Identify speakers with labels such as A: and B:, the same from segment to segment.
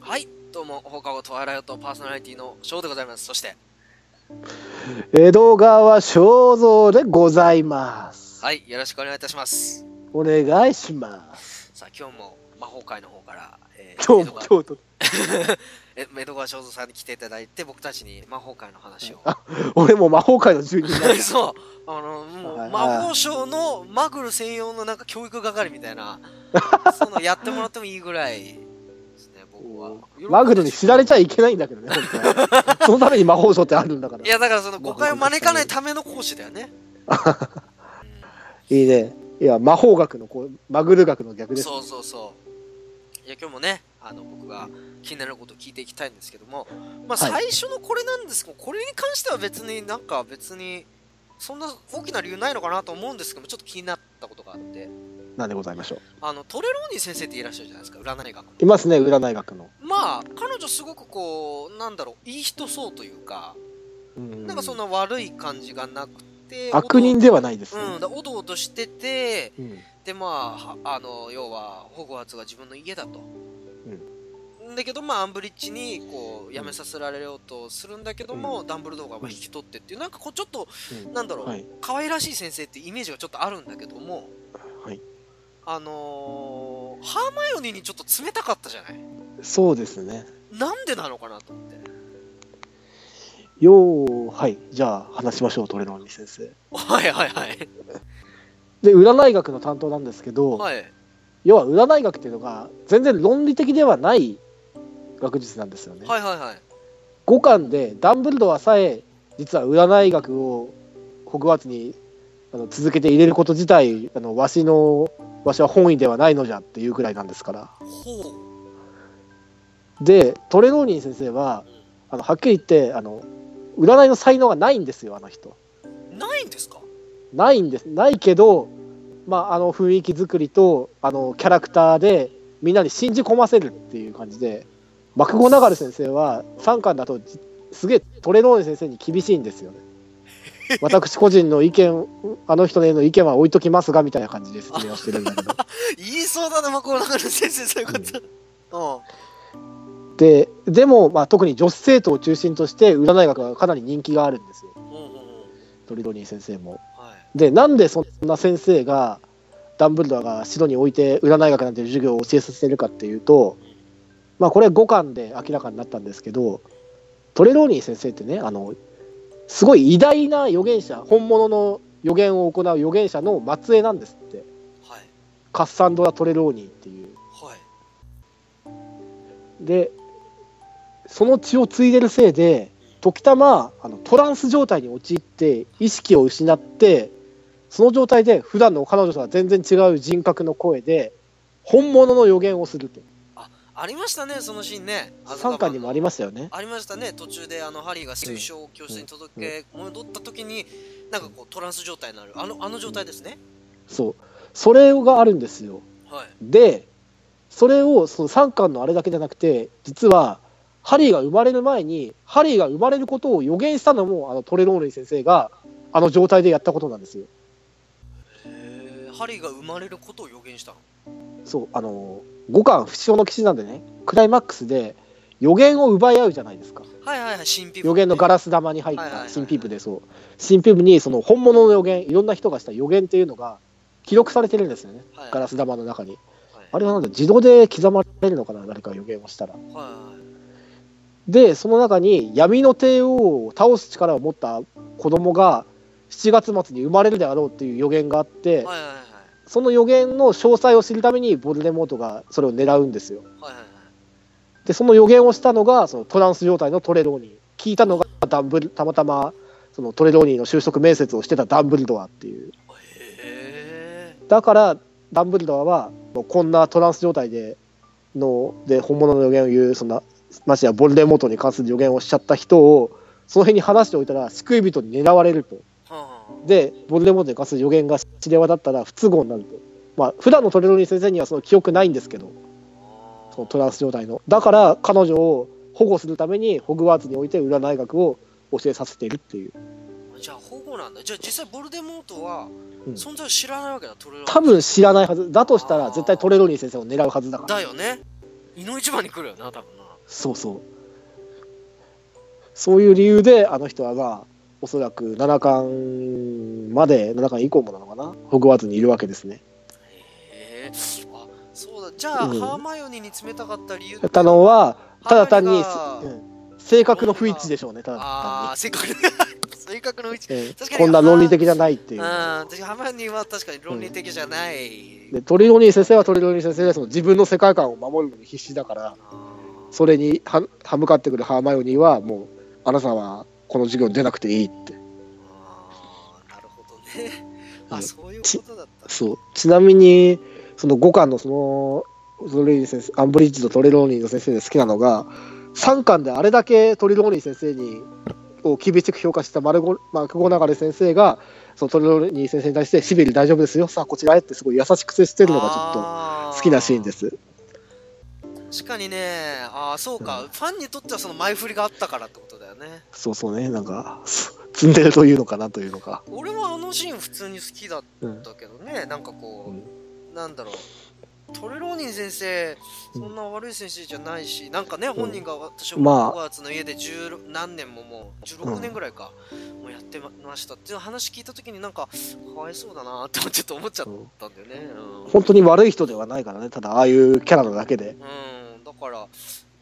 A: はい、どうも、放課後トワイライトパーソナリティのショーでございます。そして、
B: 江戸川正蔵でございます。
A: はい、よろしくお願いいたします。
B: お願いします。
A: さあ、今日も魔法界の方から、えー、
B: 今
A: 江
B: 日
A: 戸
B: も
A: 川
B: 京都。
A: え江戸川正蔵さんに来ていただいて、僕たちに魔法界の話を。
B: 俺もう魔法界の住人なんだ
A: そう、あの、も
B: は
A: う
B: い
A: 魔法省のマグル専用のなんか教育係みたい な、そのやってもらってもいいぐらいですね、僕は。
B: マグルに知られちゃいけないんだけどね、本当はそのために魔法省ってあるんだから。
A: いや、だからその誤解を招かないための講師だよ ね。うん
B: いいね。いや、魔法学のこう、マグル学の逆です。
A: そうそうそういや今日もねあの僕が気になることを聞いていきたいんですけども、まあ、
B: は
A: 最初のこれなんですけど、これに関しては別になんか別にそんな大きな理由ないのかなと思うんですけどもちょっと気になったことがあって
B: なんでございましょう。
A: あのトレローニ先生っていらっしゃるじゃないですか占い学の
B: いますね、占い学の。
A: まあ彼女すごくこうなんだろういい人そうというか、
B: うん
A: なんかそんな悪い感じがなくて
B: 悪人ではないです
A: お
B: ね
A: どうんだおどおどしてて
B: うん
A: でまあはあの要はホグワーツが自分の家だと、だけどまあアンブリッジにこう辞めさせられようとするんだけども、ダンブルドーがまあ引き取ってっていうなんかこうちょっと
B: うん
A: なんだろう、
B: はい。
A: 可愛らしい先生ってイメージがちょっとあるんだけども
B: はい。
A: あのーハーマイオニーにちょっと冷たかったじゃない
B: そうですね。
A: なんでなのかなと思って
B: よう、はい。じゃあ、話しましょう、トレローニ先生。
A: はいはいはい
B: で、占い学の担当なんですけど、
A: はい
B: 要は占い学っていうのが全然論理的ではない学術なんですよね。
A: はいはいはい
B: 五感でダンブルドアさえ実は占い学をホグワーツにあの続けて入れること自体あのわしのわしは本意ではないのじゃっていうくらいなんですから。
A: ほう
B: でトレローニン先生はあのはっきり言ってあの占いの才能がないんですよあの人。
A: ないんですか
B: ないんですないけど、まあ、あの雰囲気作りとあのキャラクターでみんなに信じ込ませるっていう感じでマクゴナガル先生は3巻だとじすげえトレローネ先生に厳しいんですよね。私個人の意見あの人への意見は置いときますがみたいな感じで説明をしてるんだけど
A: 言いそうだなマコーナガル先生そういうこと、
B: ででも、まあ、特に女子生徒を中心として占い学はかなり人気があるんですよ
A: うんうんうんうん
B: トレローニン先生も。
A: はい
B: でなんでそんな先生がダンブルドアが城に置いて占い学なんていう授業を教えさせてるかっていうと、まあ、これ5巻で明らかになったんですけどトレローニー先生ってねあのすごい偉大な預言者本物の予言を行う預言者の末裔なんですって
A: はい
B: カッサンドラ・トレローニーっていう。
A: はい
B: でその血を継いでるせいで時たまあのトランス状態に陥って意識を失ってその状態で普段の彼女とは全然違う人格の声で本物の予言をすると
A: ありましたね、そのシーンね。
B: 3巻にもありましたよね
A: ありましたね、途中であのハリーが水晶を教室に届け、戻った時に、なんかこうトランス状態になる、あのあの状態ですね。
B: そうそれがあるんですよ
A: はい。
B: でそれをその3巻のあれだけじゃなくて実はハリーが生まれる前にハリーが生まれることを予言したのもあのトレローレイ先生があの状態でやったことなんですよ
A: へーハリーが生まれることを予言したの。
B: そう、あのー、五冠不詳の騎士なんでね、クライマックスで予言を奪い合うじゃないですか。
A: はいはいはい、神秘部
B: 予言のガラス玉に入っ
A: はいはいはい
B: た新ピープでそう。新ピープにその本物の予言、いろんな人がした予言っていうのが記録されてるんですよね。
A: はい
B: ガラス玉の中に。
A: はい
B: あれはなんだ、自動で刻まれるのかな、誰か予言をしたら。
A: はいはい
B: で、その中に闇の帝王を倒す力を持った子供が7月末に生まれるであろうっていう予言があって、
A: はいはいはい
B: その予言の詳細を知るためにボルデモートがそれを狙うんですよ。
A: はいはいはい
B: でその予言をしたのがそのトランス状態のトレローニー聞いたのがダンブルたまたまそのトレローニーの就職面接をしてたダンブルドアっていう
A: へ
B: だからダンブルドアはもうこんなトランス状態でので本物の予言を言うそんなましてやボルデモートに関する予言をしちゃった人をその辺に話しておいたら救い人に狙われると
A: ーはあはあ
B: でボルデモートに関する予言が知れ渡ったら不都合になるとまあ普段のトレローニー先生にはその記憶ないんですけど
A: あー
B: そのトランス状態のだから彼女を保護するためにホグワーツにおいて占い学を教えさせているっていう
A: じゃあ保護なんだ。じゃあ実際ボルデモートは
B: うん
A: 存在を知らないわけだ、トレロ
B: 多分知らないはずだとしたら絶対トレロニー先生を狙うはずだから
A: だよね。胃の一番に来るよな、多分な。
B: そうそうそういう理由であの人はまあおそらく七巻まで七巻以降もなのかなホグワーツにいるわけですね
A: へえあそうだじゃあ、
B: うん
A: ハーマイオニーに冷たかった理由
B: たのはただ単に、
A: ハーマイオニーが
B: うん性格の不一致でしょうねただ単
A: あ
B: に
A: あ、性格 性格のうち。
B: え
A: 確
B: ー
A: かに
B: こんな論理的じゃないって
A: う
B: い
A: ん、
B: う
A: 私ハーマイオニーは確かに論理的じゃない。
B: でトリロニー先生はトリロニー先生でその自分の世界観を守るのに必死だから
A: あー
B: それには歯向かってくるハーマイオニーはもうあなたはこの授業に出なくていいって
A: あーなるほどね。
B: う
A: あ、
B: ん
A: そういうことだった。。
B: そうちなみにその5巻のそのトリロニー先生アンブリッジとトリロニーの先生で好きなのが3巻であれだけトリロニー先生にを厳しく評価したマルゴマクゴナガレ先生がそのトリロニー先生に対して「シビリ大丈夫ですよさあこちらへ」ってすごい優しく接してるのがちょっと好きなシーンですす。
A: 確かにね、ああ、そうか、ファンにとってはその前振りがあったからってことだよね。
B: そうそうね、なんか、すツンデレというのかなというのか。
A: 俺はあのシーン普通に好きだっ
B: うん。
A: たけどね、なんかこう、
B: うん
A: なんだろう。トレローニン先生、
B: うん
A: そんな悪い先生じゃないし、なんかね、本人が私は
B: まあ
A: ホグワーツの家で十何年ももう、16年ぐらいか、もうやってましたっていう話聞いたときに、なんか、かわいそうだなってちょっと思っちゃったんだよね。うん
B: 本当に悪い人ではないからね、ただああいうキャラなだけで。
A: うん、だから、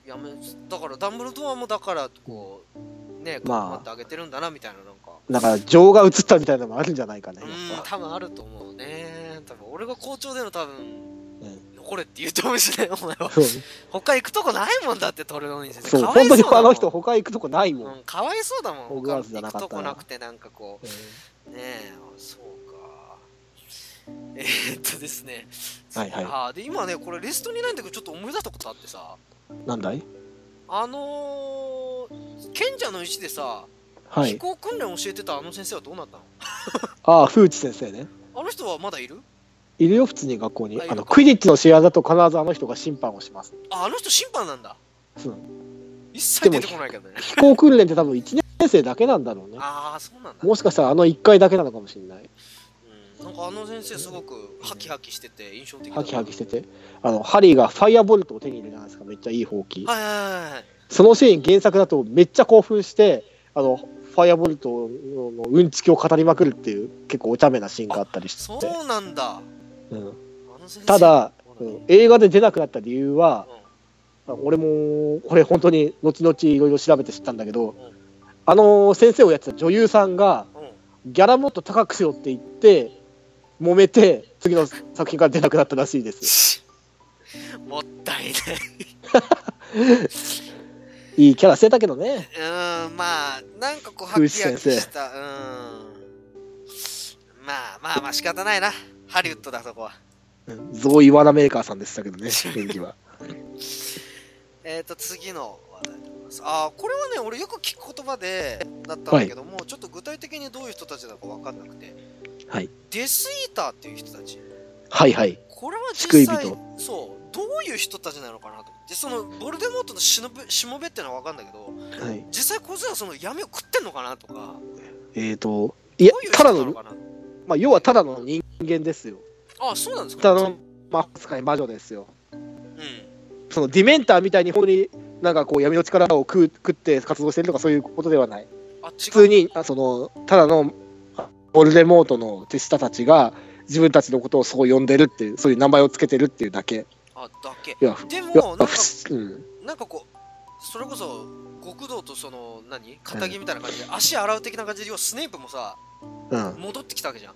A: やめ、だからダンブルドアもだから、こう、ね、
B: まあ
A: 頑張ってあげてるんだなみたいな、なんか。
B: だから情が映ったみたいなのもあるんじゃないかね。や
A: うん、
B: っぱ
A: 多分あると思うね。多分俺が校長での多分、
B: うん
A: 残れって言うと思うしね、お前 は。
B: そう
A: 他行くとこないもんだって、トレロニー先生。
B: そう、
A: かわい
B: 本当に
A: そうだもん
B: あの人、他行くとこないもん。
A: うん、かわいそうだもん。
B: ホグワーツじゃ
A: 他行く
B: なかった
A: と
B: ら
A: こなくて、なんかこう、ねえ、あそうか。 えー、っとですね。
B: はいはい
A: あーで、今ね、これリストにないんだけど、ちょっと思い出したことあってさ、
B: なんだい
A: あのー、賢者の石でさ、
B: は
A: 飛
B: い。
A: 行訓練を教えてたあの先生はどうなったの
B: ああ、風知先生ね。
A: あの人はまだいる
B: いるよ、普通に学校に。
A: あいる
B: あの、クイディッチの試合だと必ずあの人が審判を します。
A: あ、あの人審判なんだ。
B: うん
A: 一切出てこないけどね。
B: 飛行訓練って多分1年生だけなんだろうね。
A: ああ、そうなんだ。
B: もしかしたらあの1回だけなのかもしれない。
A: うん、なんかあの先生すごくハキハキしてて印象的だ
B: ハキハキ
A: し
B: してて。あの、ハリーがファイアボルトを手に入れるじゃないですか。めっちゃいいほうき。
A: はいはいはいはい。
B: そのシーン原作だとめっちゃ興奮してあのファイアボルトのうんちきを語りまくるっていう結構お茶目なシーンがあったりしてて、
A: そうなんだ。あ
B: うん
A: の先生
B: ただ、
A: う
B: うんん映画で出なくなった理由は俺もこれ本当に後々いろいろ調べて知ったんだけど
A: うん
B: あの先生をやってた女優さんが
A: うん
B: ギャラもっと高くしろって言って揉めて次の作品から出なくなったらしい です
A: もったいない。
B: いいキャラしてたけどね
A: うーん、まあ、なんかこう、ハキハキした。うーん。まあまあまあ、仕方ないな。ハリウッドだ、そこは。
B: うんゾーイ・ワナメーカーさんでしたけどね演 技は
A: えっ、ー、と、次の話題でございます。ああ、これはね、俺よく聞く言葉で、だったんだけども、ちょっと具体的にどういう人たちなのか分かんなくて。
B: はい。
A: デスイーターっていう人たち。
B: はいはい
A: これは
B: 救
A: 実
B: い
A: 際
B: 人、
A: そう、どういう人たちなのかなと思って。その、ボルデモートのしのぶしもべってのは分かんだけど、
B: はい
A: 実際こいつらその闇を食ってんのかなとか、
B: えーといや
A: どういう
B: た
A: 人
B: だ
A: なの
B: の
A: かな
B: まあ、要はただの人間ですよ。
A: ああ、そうなんですか
B: ただの魔法使い魔女ですよ。
A: うん。
B: そのディメンターみたいに本当になんかこう闇の力を食う食って活動してるとかそういうことではない。
A: あ、違う。
B: 普通にあそのただのあボルデモートの手下たちが自分たちのことをそう呼んでるっていうそういう名前をつけてるっていうだけ。
A: あ、だけ。
B: いや
A: でも、
B: いや
A: なん
B: ま
A: か
B: あ、、ふうん、
A: なんかこう、それこそ、極道とその、何仇みたいな感じで、足洗う的な感じで、要はスネープもさ、
B: うん、
A: 戻ってきたわけじゃん。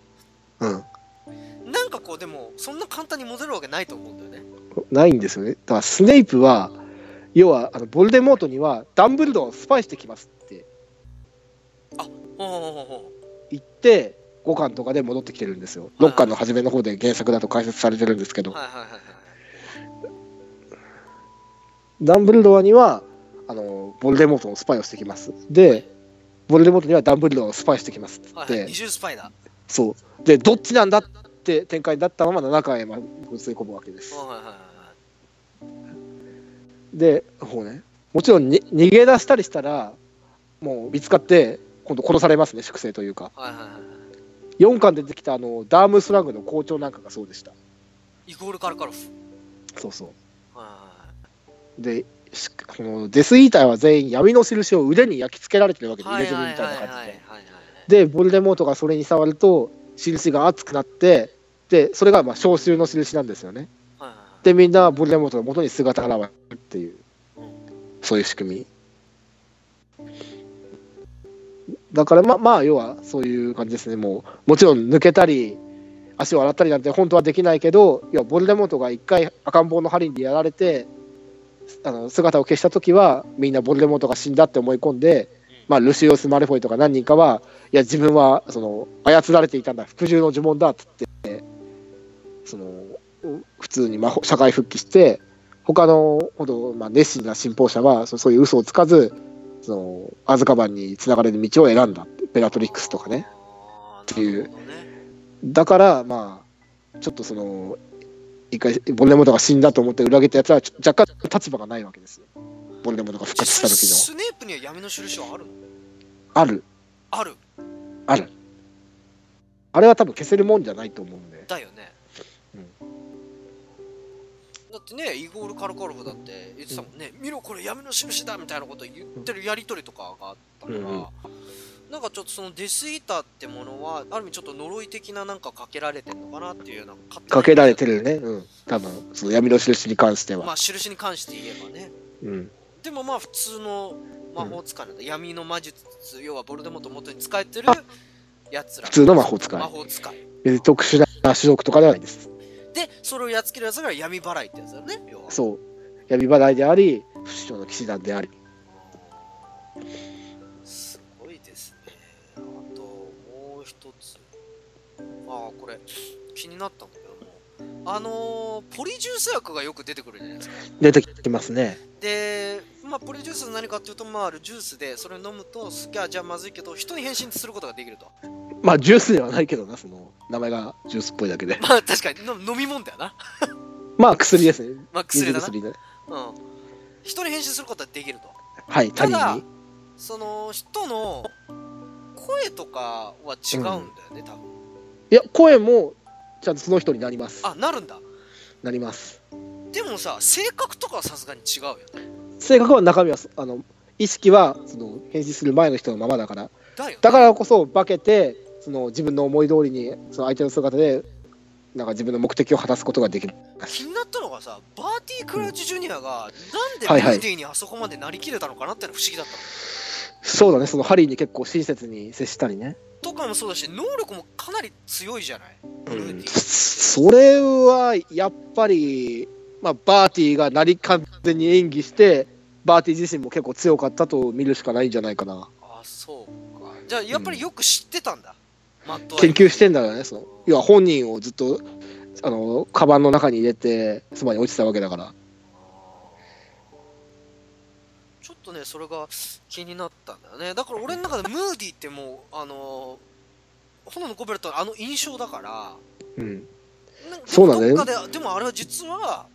B: うん。
A: なんかこう、でも、そんな簡単に戻るわけないと思うんだよね。
B: ないんですよね。だからスネイプは要はあのボルデモートにはダンブルドアをスパイしてきますって
A: ほうほうほうほう
B: 行って5巻とかで戻ってきてるんですよ6巻の初めの方で原作だと解説されてるんですけど、
A: はいはいはいはい。
B: ダンブルドアにはあのボルデモートのスパイをしてきますでボルデモートにはダンブルドアをスパイしてきますって言っ
A: はい
B: て、
A: はい、二重スパイだ。
B: そうでどっちなんだって展開だったまま7巻へまで吸い込むわけです
A: はいはいはいはい。
B: でこう、ね、もちろんに逃げ出したりしたらもう見つかって今度殺されますね粛清というか
A: はいはいはいはい。
B: 4巻で出てきたあのダームスラングの校長なんかがそうでした
A: イコールカルカロフ。
B: そうそう
A: はいはいはい
B: でしこのデスイーターは全員闇の印を腕に焼き付けられてるわけで入れ墨みたいな感じで。でボルデモートがそれに触ると印が熱くなってでそれがまあ召集の印なんですよね。でみんなボルデモートの元に姿を現れるっていうそういう仕組み。だからまあまあ要はそういう感じですねもうもちろん抜けたり足を洗ったりなんて本当はできないけど要はボルデモートが一回赤ん坊の針にやられてあの姿を消した時はみんなボルデモートが死んだって思い込んで、まあ、ルシオス・マレフォイとか何人かはいや自分はその操られていたんだ服従の呪文だっつってその普通に魔法社会復帰して他のほど、まあ、熱心な信奉者はそそういう嘘をつかずそのアズカバンにつながれる道を選んだってベラトリックスとかねっていうだからまあちょっとその一回ボルデモートが死んだと思って裏切ったやつはちょ若干立場がないわけですよボルデモートが復
A: 実
B: 活した
A: 際
B: 時の
A: スネープには闇の印はあるの
B: ある
A: ある
B: あるあれは多分消せるもんじゃないと思うんで
A: だよね、
B: うん
A: だってねイゴール・カルカロフだって言ってたもんね、見ろこれ闇の印だみたいなこと言ってるやり取りとかがあったから、
B: うんうん
A: なんかちょっとそのデスイーターってものはある意味ちょっと呪い的ななんかかけられてんのかなっていうような勝手な
B: かけられてるよね、うん、多分その闇の印に関しては、
A: まあ印に関して言えばね
B: うん、
A: でもまあ普通の魔法使いなんだ、闇の魔術要はボルデモート元に使えてるやつら
B: 普通の魔法使い
A: 魔法使い
B: 別に特殊な種族とかではないです
A: でそれをやっつけるやつが闇払いってやつだよね要は
B: そう闇払いであり不死鳥の騎士団であり
A: すごいですね。あと、もう一つ。ああ、これ、気になったんだけども。あのーポリジュース薬がよく出てくるじゃないですか。
B: 出てきますね
A: で、まあ、ポリジュース何かっていうと、まあ、あるジュースで、それを飲むと、すげえ、じゃあまずいけど、人に変身することができる と。
B: まあジュースではないけどなその名前がジュースっぽいだけで
A: まあ、確かに、の飲み物だよな。
B: まあ薬ですね
A: まあ、薬だな。
B: 水薬で
A: うん。人に変身することができると。
B: はい他
A: た
B: 人
A: だ
B: に
A: その、人の、声とかは違うんだよね、多分。
B: いや声もちゃんとその人になります
A: あ、なるんだ。
B: なります
A: でもさ性格とかはさすがに違うよね
B: 性格は中身はあの意識はその返事する前の人のままだから
A: だよね
B: だからこそ化けてその自分の思い通りにその相手の姿でなんか自分の目的を果たすことができる
A: 気になったのがさバーティー・クラウチジュニアが、
B: は
A: なん
B: い
A: で
B: はい
A: メルディにあそこまでなりきれたのかなってのが不思議だったの、
B: そうだねそのハリーに結構親切に接したりね
A: とかもそうだし能力もかなり強いじゃない、メルディ
B: それはやっぱり、まあ、バーティーがなり完全に演技してバーティー自身も結構強かったと見るしかないんじゃないかな
A: あそうかじゃあやっぱりよく知ってたんだ、マットアイ
B: 研究してんだろうねその要は本人をずっとあのカバンの中に入れてそばに落ちてたわけだから
A: ちょっとねそれが気になったんだよねだから俺の中でムーディってもうあのー炎のコベルトのあの印象だから
B: うん
A: なんか
B: そうなんだよ
A: どっかででもあれは実は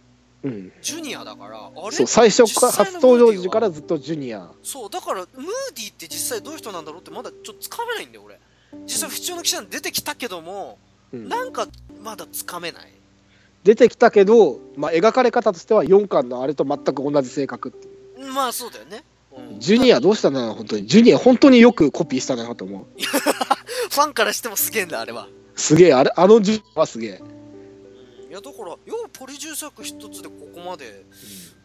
B: うん
A: ジュニアだからあれ
B: そう最初から
A: 実際
B: 初
A: の
B: 登場時からずっとジュニア
A: そうだからムーディって実際どういう人なんだろうってまだちょっとつかめないんだよ俺実際不調の記者に出てきたけども、
B: うん
A: なんかまだつかめない
B: 出てきたけど、まあ、描かれ方としては4巻のあれと全く同じ性格っていう
A: まあそうだよね、うん
B: ジュニアどうしたんだろう本当にジュニア本当によくコピーしたなと思う
A: ファンからしてもすげえんだあれは
B: すげえあれあのジュニアはすげえ、
A: うんいやだからようポリ重作一つでここまで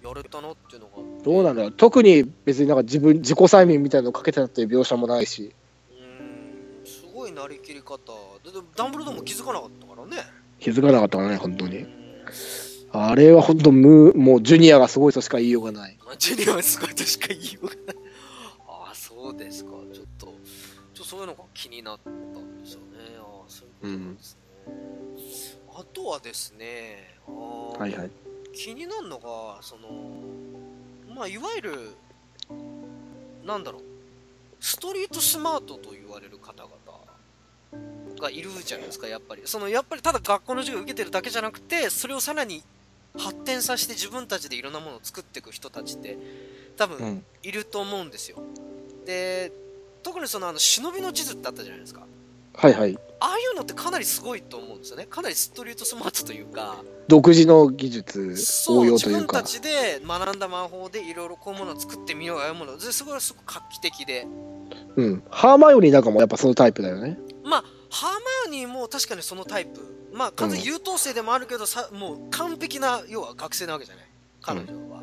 A: やれたなっていうのが
B: どうなんだろう特に別になんか自分自己催眠みたいなのかけてたっていう描写もないし
A: うんすごいなりきり方ででダンブルドアも気づかなかったからね
B: 気づかなかったからね本当
A: う
B: に
A: ん
B: あれは本当むもうジュニアがすごいとしか言いようがない
A: まあジュニアはすごいとしか言いようがない。ああ、そうですか。ちょっと、ちょっとそういうのが気になったんですよね。ああ、そういうことなんですね。あとはですね、あー
B: はいはい
A: 気になるのが、その、まあ、いわゆる、なんだろう、ストリートスマートと言われる方々がいるじゃないですか、やっぱり。その、やっぱりただ学校の授業を受けてるだけじゃなくて、それをさらに発展させて自分たちでいろんなものを作っていく人たちって、多
B: う
A: 分、
B: ん
A: いると思うんですよ。で、特にその、あの、忍びの地図ってあったじゃないですか。
B: はいはい
A: ああいうのってかなりすごいと思うんですよねかなりストリートスマートというか
B: 独自の技術
A: そ
B: 応
A: う
B: 用
A: 自
B: という
A: 分た
B: か
A: ちで学んだ魔法でいろいろこういうものを作ってみようああいうものですごいすごく画期的で
B: うんハーマイオニーなんかもやっぱそのタイプだよね
A: まあハーマイオニーも確かにそのタイプまあ完全に優等生でもあるけどさ、もう完璧な要は学生なわけじゃない彼女は、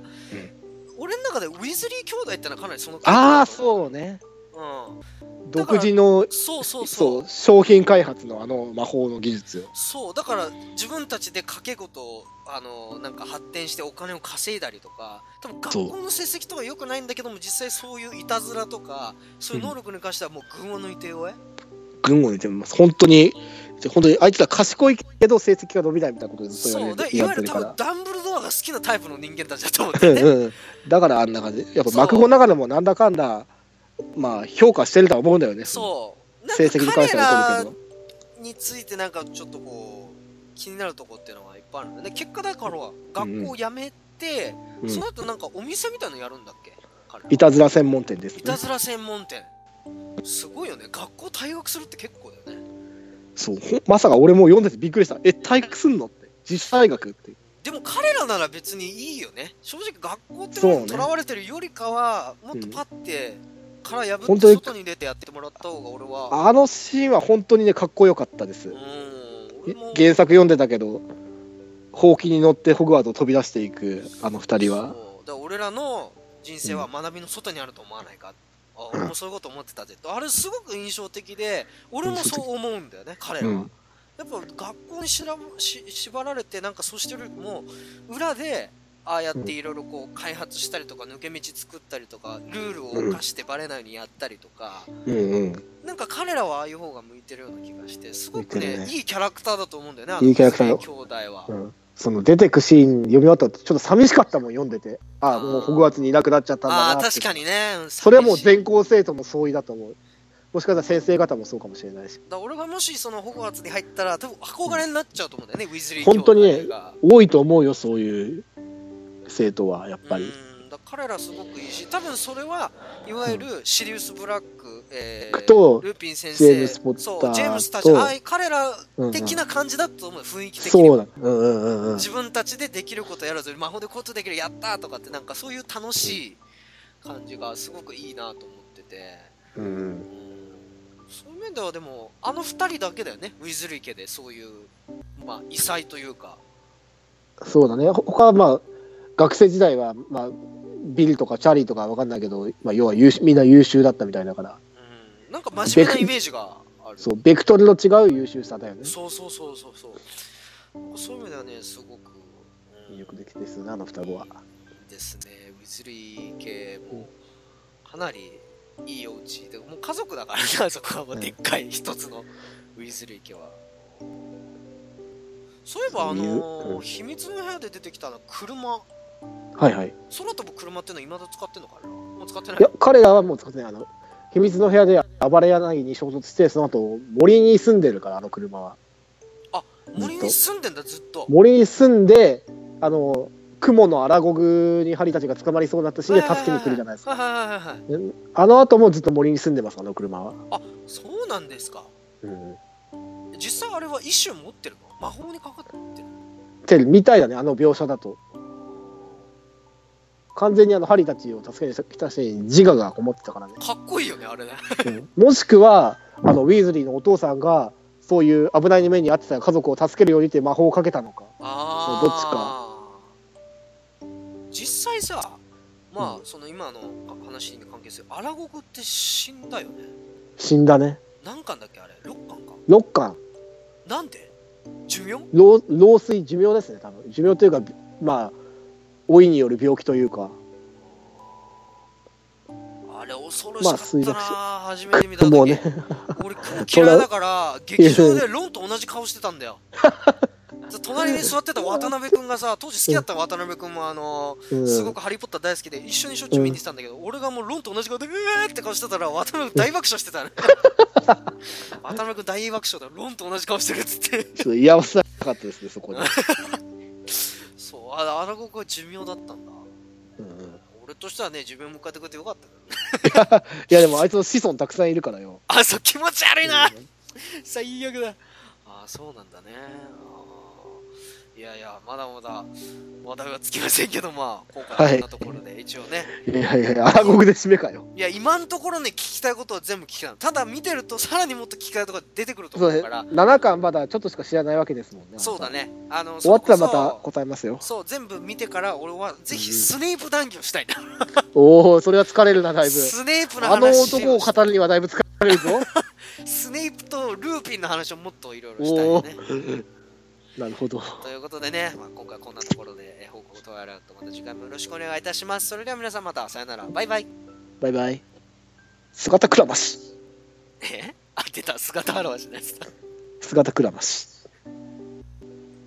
A: 俺の中でウィズリー兄弟ってのはかなりその
B: ああ
A: う、
B: そうね
A: うん、だ
B: 独
A: から
B: 自の
A: そうそうそう
B: そう商品開発のあの魔法の技術よ
A: そうだから自分たちで賭け事をあのなんか発展してお金を稼いだりとか多分
B: そう
A: 学校の成績とか良くないんだけども実際そういういたずらとかそういう能力に関してはもう群を抜いておえ、
B: 群を抜いてます本当に本当にあいつら賢いけど成績が伸びないみたいなことずっと言
A: そ
B: わ
A: う
B: れて
A: でい
B: 言
A: わ
B: わ
A: ゆ
B: れて
A: る
B: る
A: 多
B: か
A: 分
B: ら。
A: ダンブルドアが好きなタイプの人間たちだと思うんだ
B: う
A: よね
B: んうんだからあんな感じやっぱ幕後ながらもなんだかんだまあ評価してるとは思うんだよね
A: そうなん
B: 成績に
A: か彼
B: 関しては
A: ら
B: 怒る
A: についてなんかちょっとこう気になるとこっていうのはいっぱいあるんだね結果だから学校を辞めて、
B: けど、
A: そうの
B: ん、
A: 後なんかお店みたいのやるんだっけ彼ら
B: いたずら専門店です
A: い
B: ね
A: たずら専門店すごいよね学校退学するって結構だよね
B: そうほんまさか俺も読んでてびっくりしたえ体育すんのって実際学って
A: でも彼らなら別にいいよね正直学校って
B: そう
A: もの
B: ね
A: にとらわれてるよりかはもっとパッて殻破っ
B: 本
A: て
B: 当に
A: 外に出てやってもらった方が俺は
B: あのシーンは本当にねかっこよかったで
A: う
B: す
A: ーん俺も
B: 原作読んでたけどほうきに乗ってホグワーツを飛び出していくあの二人は
A: そうだから俺らの人生は学びの外にあると思わないか、あ俺もそういうこと思ってたぜとあれすごく印象的で俺もそう思うんだよね彼らは、
B: うん
A: やっぱ学校にしらし縛られてなんかそうしてるよりも裏でああやっていろいろこう開発したりとか抜け道作ったりとかルールを犯してバレないようにやったりとか、
B: うんうん
A: なんか彼らはああいう方が向いてるような気がしてすごく
B: 向いて
A: ね
B: るね
A: いいキャラクターだと思うんだよねあ
B: いいキャラクターよ
A: 兄弟は、
B: うんその出てくシーン読み終わった後ちょっと寂しかったもん読んでてああもうホグワーツにいなくなっちゃったん
A: あ
B: だ
A: あ
B: なって
A: 確かにねうん
B: それはもう
A: 寂しい
B: 全校生徒も相違だと思うもしかしたら先生方もそうかもしれないし
A: だから俺がもしそのホグワーツに入ったら多分憧れになっちゃうと思うんだよね、ウィズリー
B: 本当にね
A: 兄弟が
B: 多いと思うよそういう生徒はやっぱり
A: うんだから彼らすごくいいし多分それはいわゆるシリウス・ブラック、えー
B: と
A: ルーピン先生
B: ジェームスポッター
A: そうジェームスたち
B: と
A: ああいう彼ら
B: うんうん
A: 的な感じだと思う雰囲気的に
B: そ
A: も
B: うだうんうんうんうん
A: 自分たちでできることやらずに魔法でこういうことできるやったーとかってなんかそういう楽しい感じがすごくいいなと思ってて、
B: うんうん
A: うんそういう面ではでもあの二人だけだよねウィズリー家でそういう、まあ、異彩というか
B: そうだねほ他はまあ学生時代はまあビルとかチャリーとかわかんないけど、まあ、要は優秀みんな優秀だったみたいだから
A: うんなんか真面目なイメージがある。
B: そうベクトルの違う優秀さだよね
A: そうそうそうそうそう。そういう意味ではね、すごく、うん
B: よくできてですねあの双子は。
A: ですね。ウィズリー系もかなりいいお家で、もう家族だからね、あ そこはもう
B: うん
A: でっかい一つのウィズリー家は。そういえば、あ
B: そういう
A: の
B: うん
A: 秘密の部屋で出てきたの車、
B: はいはい
A: 空飛ぶ車っていうのは未だ使ってんのかなもう使ってない
B: いや彼らはもう使ってないあの秘密の部屋で暴れ柳に衝突してその後森に住んでるからあの車は
A: 森に住んでんだ、ずっと。
B: 森に住んであの雲の荒ゴグにハリたちが捕まりそうになったシーンで助けに来るじゃないです
A: は
B: か
A: いはいはいはい。
B: あの後もずっと森に住んでますあの車は、
A: あ、そうなんですか。
B: うん、
A: 実際あれは一種持ってるの魔法にかかってる
B: てるみたいだねあの描写だと完全にあのハリたちを助けに来たシーンに自我がこもってたからね、
A: かっこいいよねあれね
B: うんもしくはあのウィーズリーのお父さんがそういう危ない目に遭ってた家族を助けるようにって魔法をかけたのか
A: あ
B: ど
A: ち
B: っち
A: か実際さまあ、その今の話に関係するアラゴクって死んだよね
B: 死んだね
A: 何巻だっけあれ6巻か
B: 6巻
A: なんで寿命
B: 老老衰寿命ですね多分寿命というかまあ老いによる病気というか
A: あれ恐ろしかったな、
B: ま
A: 初めて見た時
B: もうね
A: 俺雲嫌いだから劇場でロンと同じ顔してたんだよ隣に座ってた渡辺君がさ当時好きだった渡辺君もあの
B: うん
A: すごくハリー・ポッター大好きで一緒にしょっちゅう見に行ってたんだけど、俺がもうロンと同じ顔でうえーって顔してたら渡辺君大爆笑してたね渡辺君大爆笑だロンと同じ顔してるっつって
B: ちょっと居合わせなかったですね そこで、
A: そうああの子が寿命だったんだ
B: うんうん
A: 俺としてはね寿命迎えてくれてよかったけどね
B: いやでもあいつの子孫たくさんいるからよ
A: あそう気持ち悪いな、最悪だああそうなんだねあーいやいやまだまだ話題は尽きませんけどまあ今回はこんなところで一応ね、
B: いやいやいや、暗黒で締めか よ。
A: い、や今のところね聞きたいことは全部聞きたいただ見てるとさらにもっと聞きたいところ出てくると
B: そ
A: 思
B: う
A: う
B: ね
A: から
B: 7巻まだちょっとしか知らないわけですもんね。
A: そうだねあの
B: 終わったらま
A: それ
B: た
A: こそ
B: 答えますよ。
A: そう全部見てから俺はぜひ
B: うん
A: スネープ談義をしたいな
B: おお、それは疲れるな、だいぶ。
A: スネープの話
B: あの男を
A: をし
B: 語るにはだいぶ疲れる ぞ。
A: スネープとルーピンの話をもっといろいろしたいよね
B: なるほど。
A: ということでね、まあ、今回こんなところでえー報告とやらとまた次回もよろしくお願いいたしますそれでは皆さんまたさよならバイバイ
B: バイバイ。姿くらまし。
A: えあ出た姿現しのやつだ
B: 姿くらまし。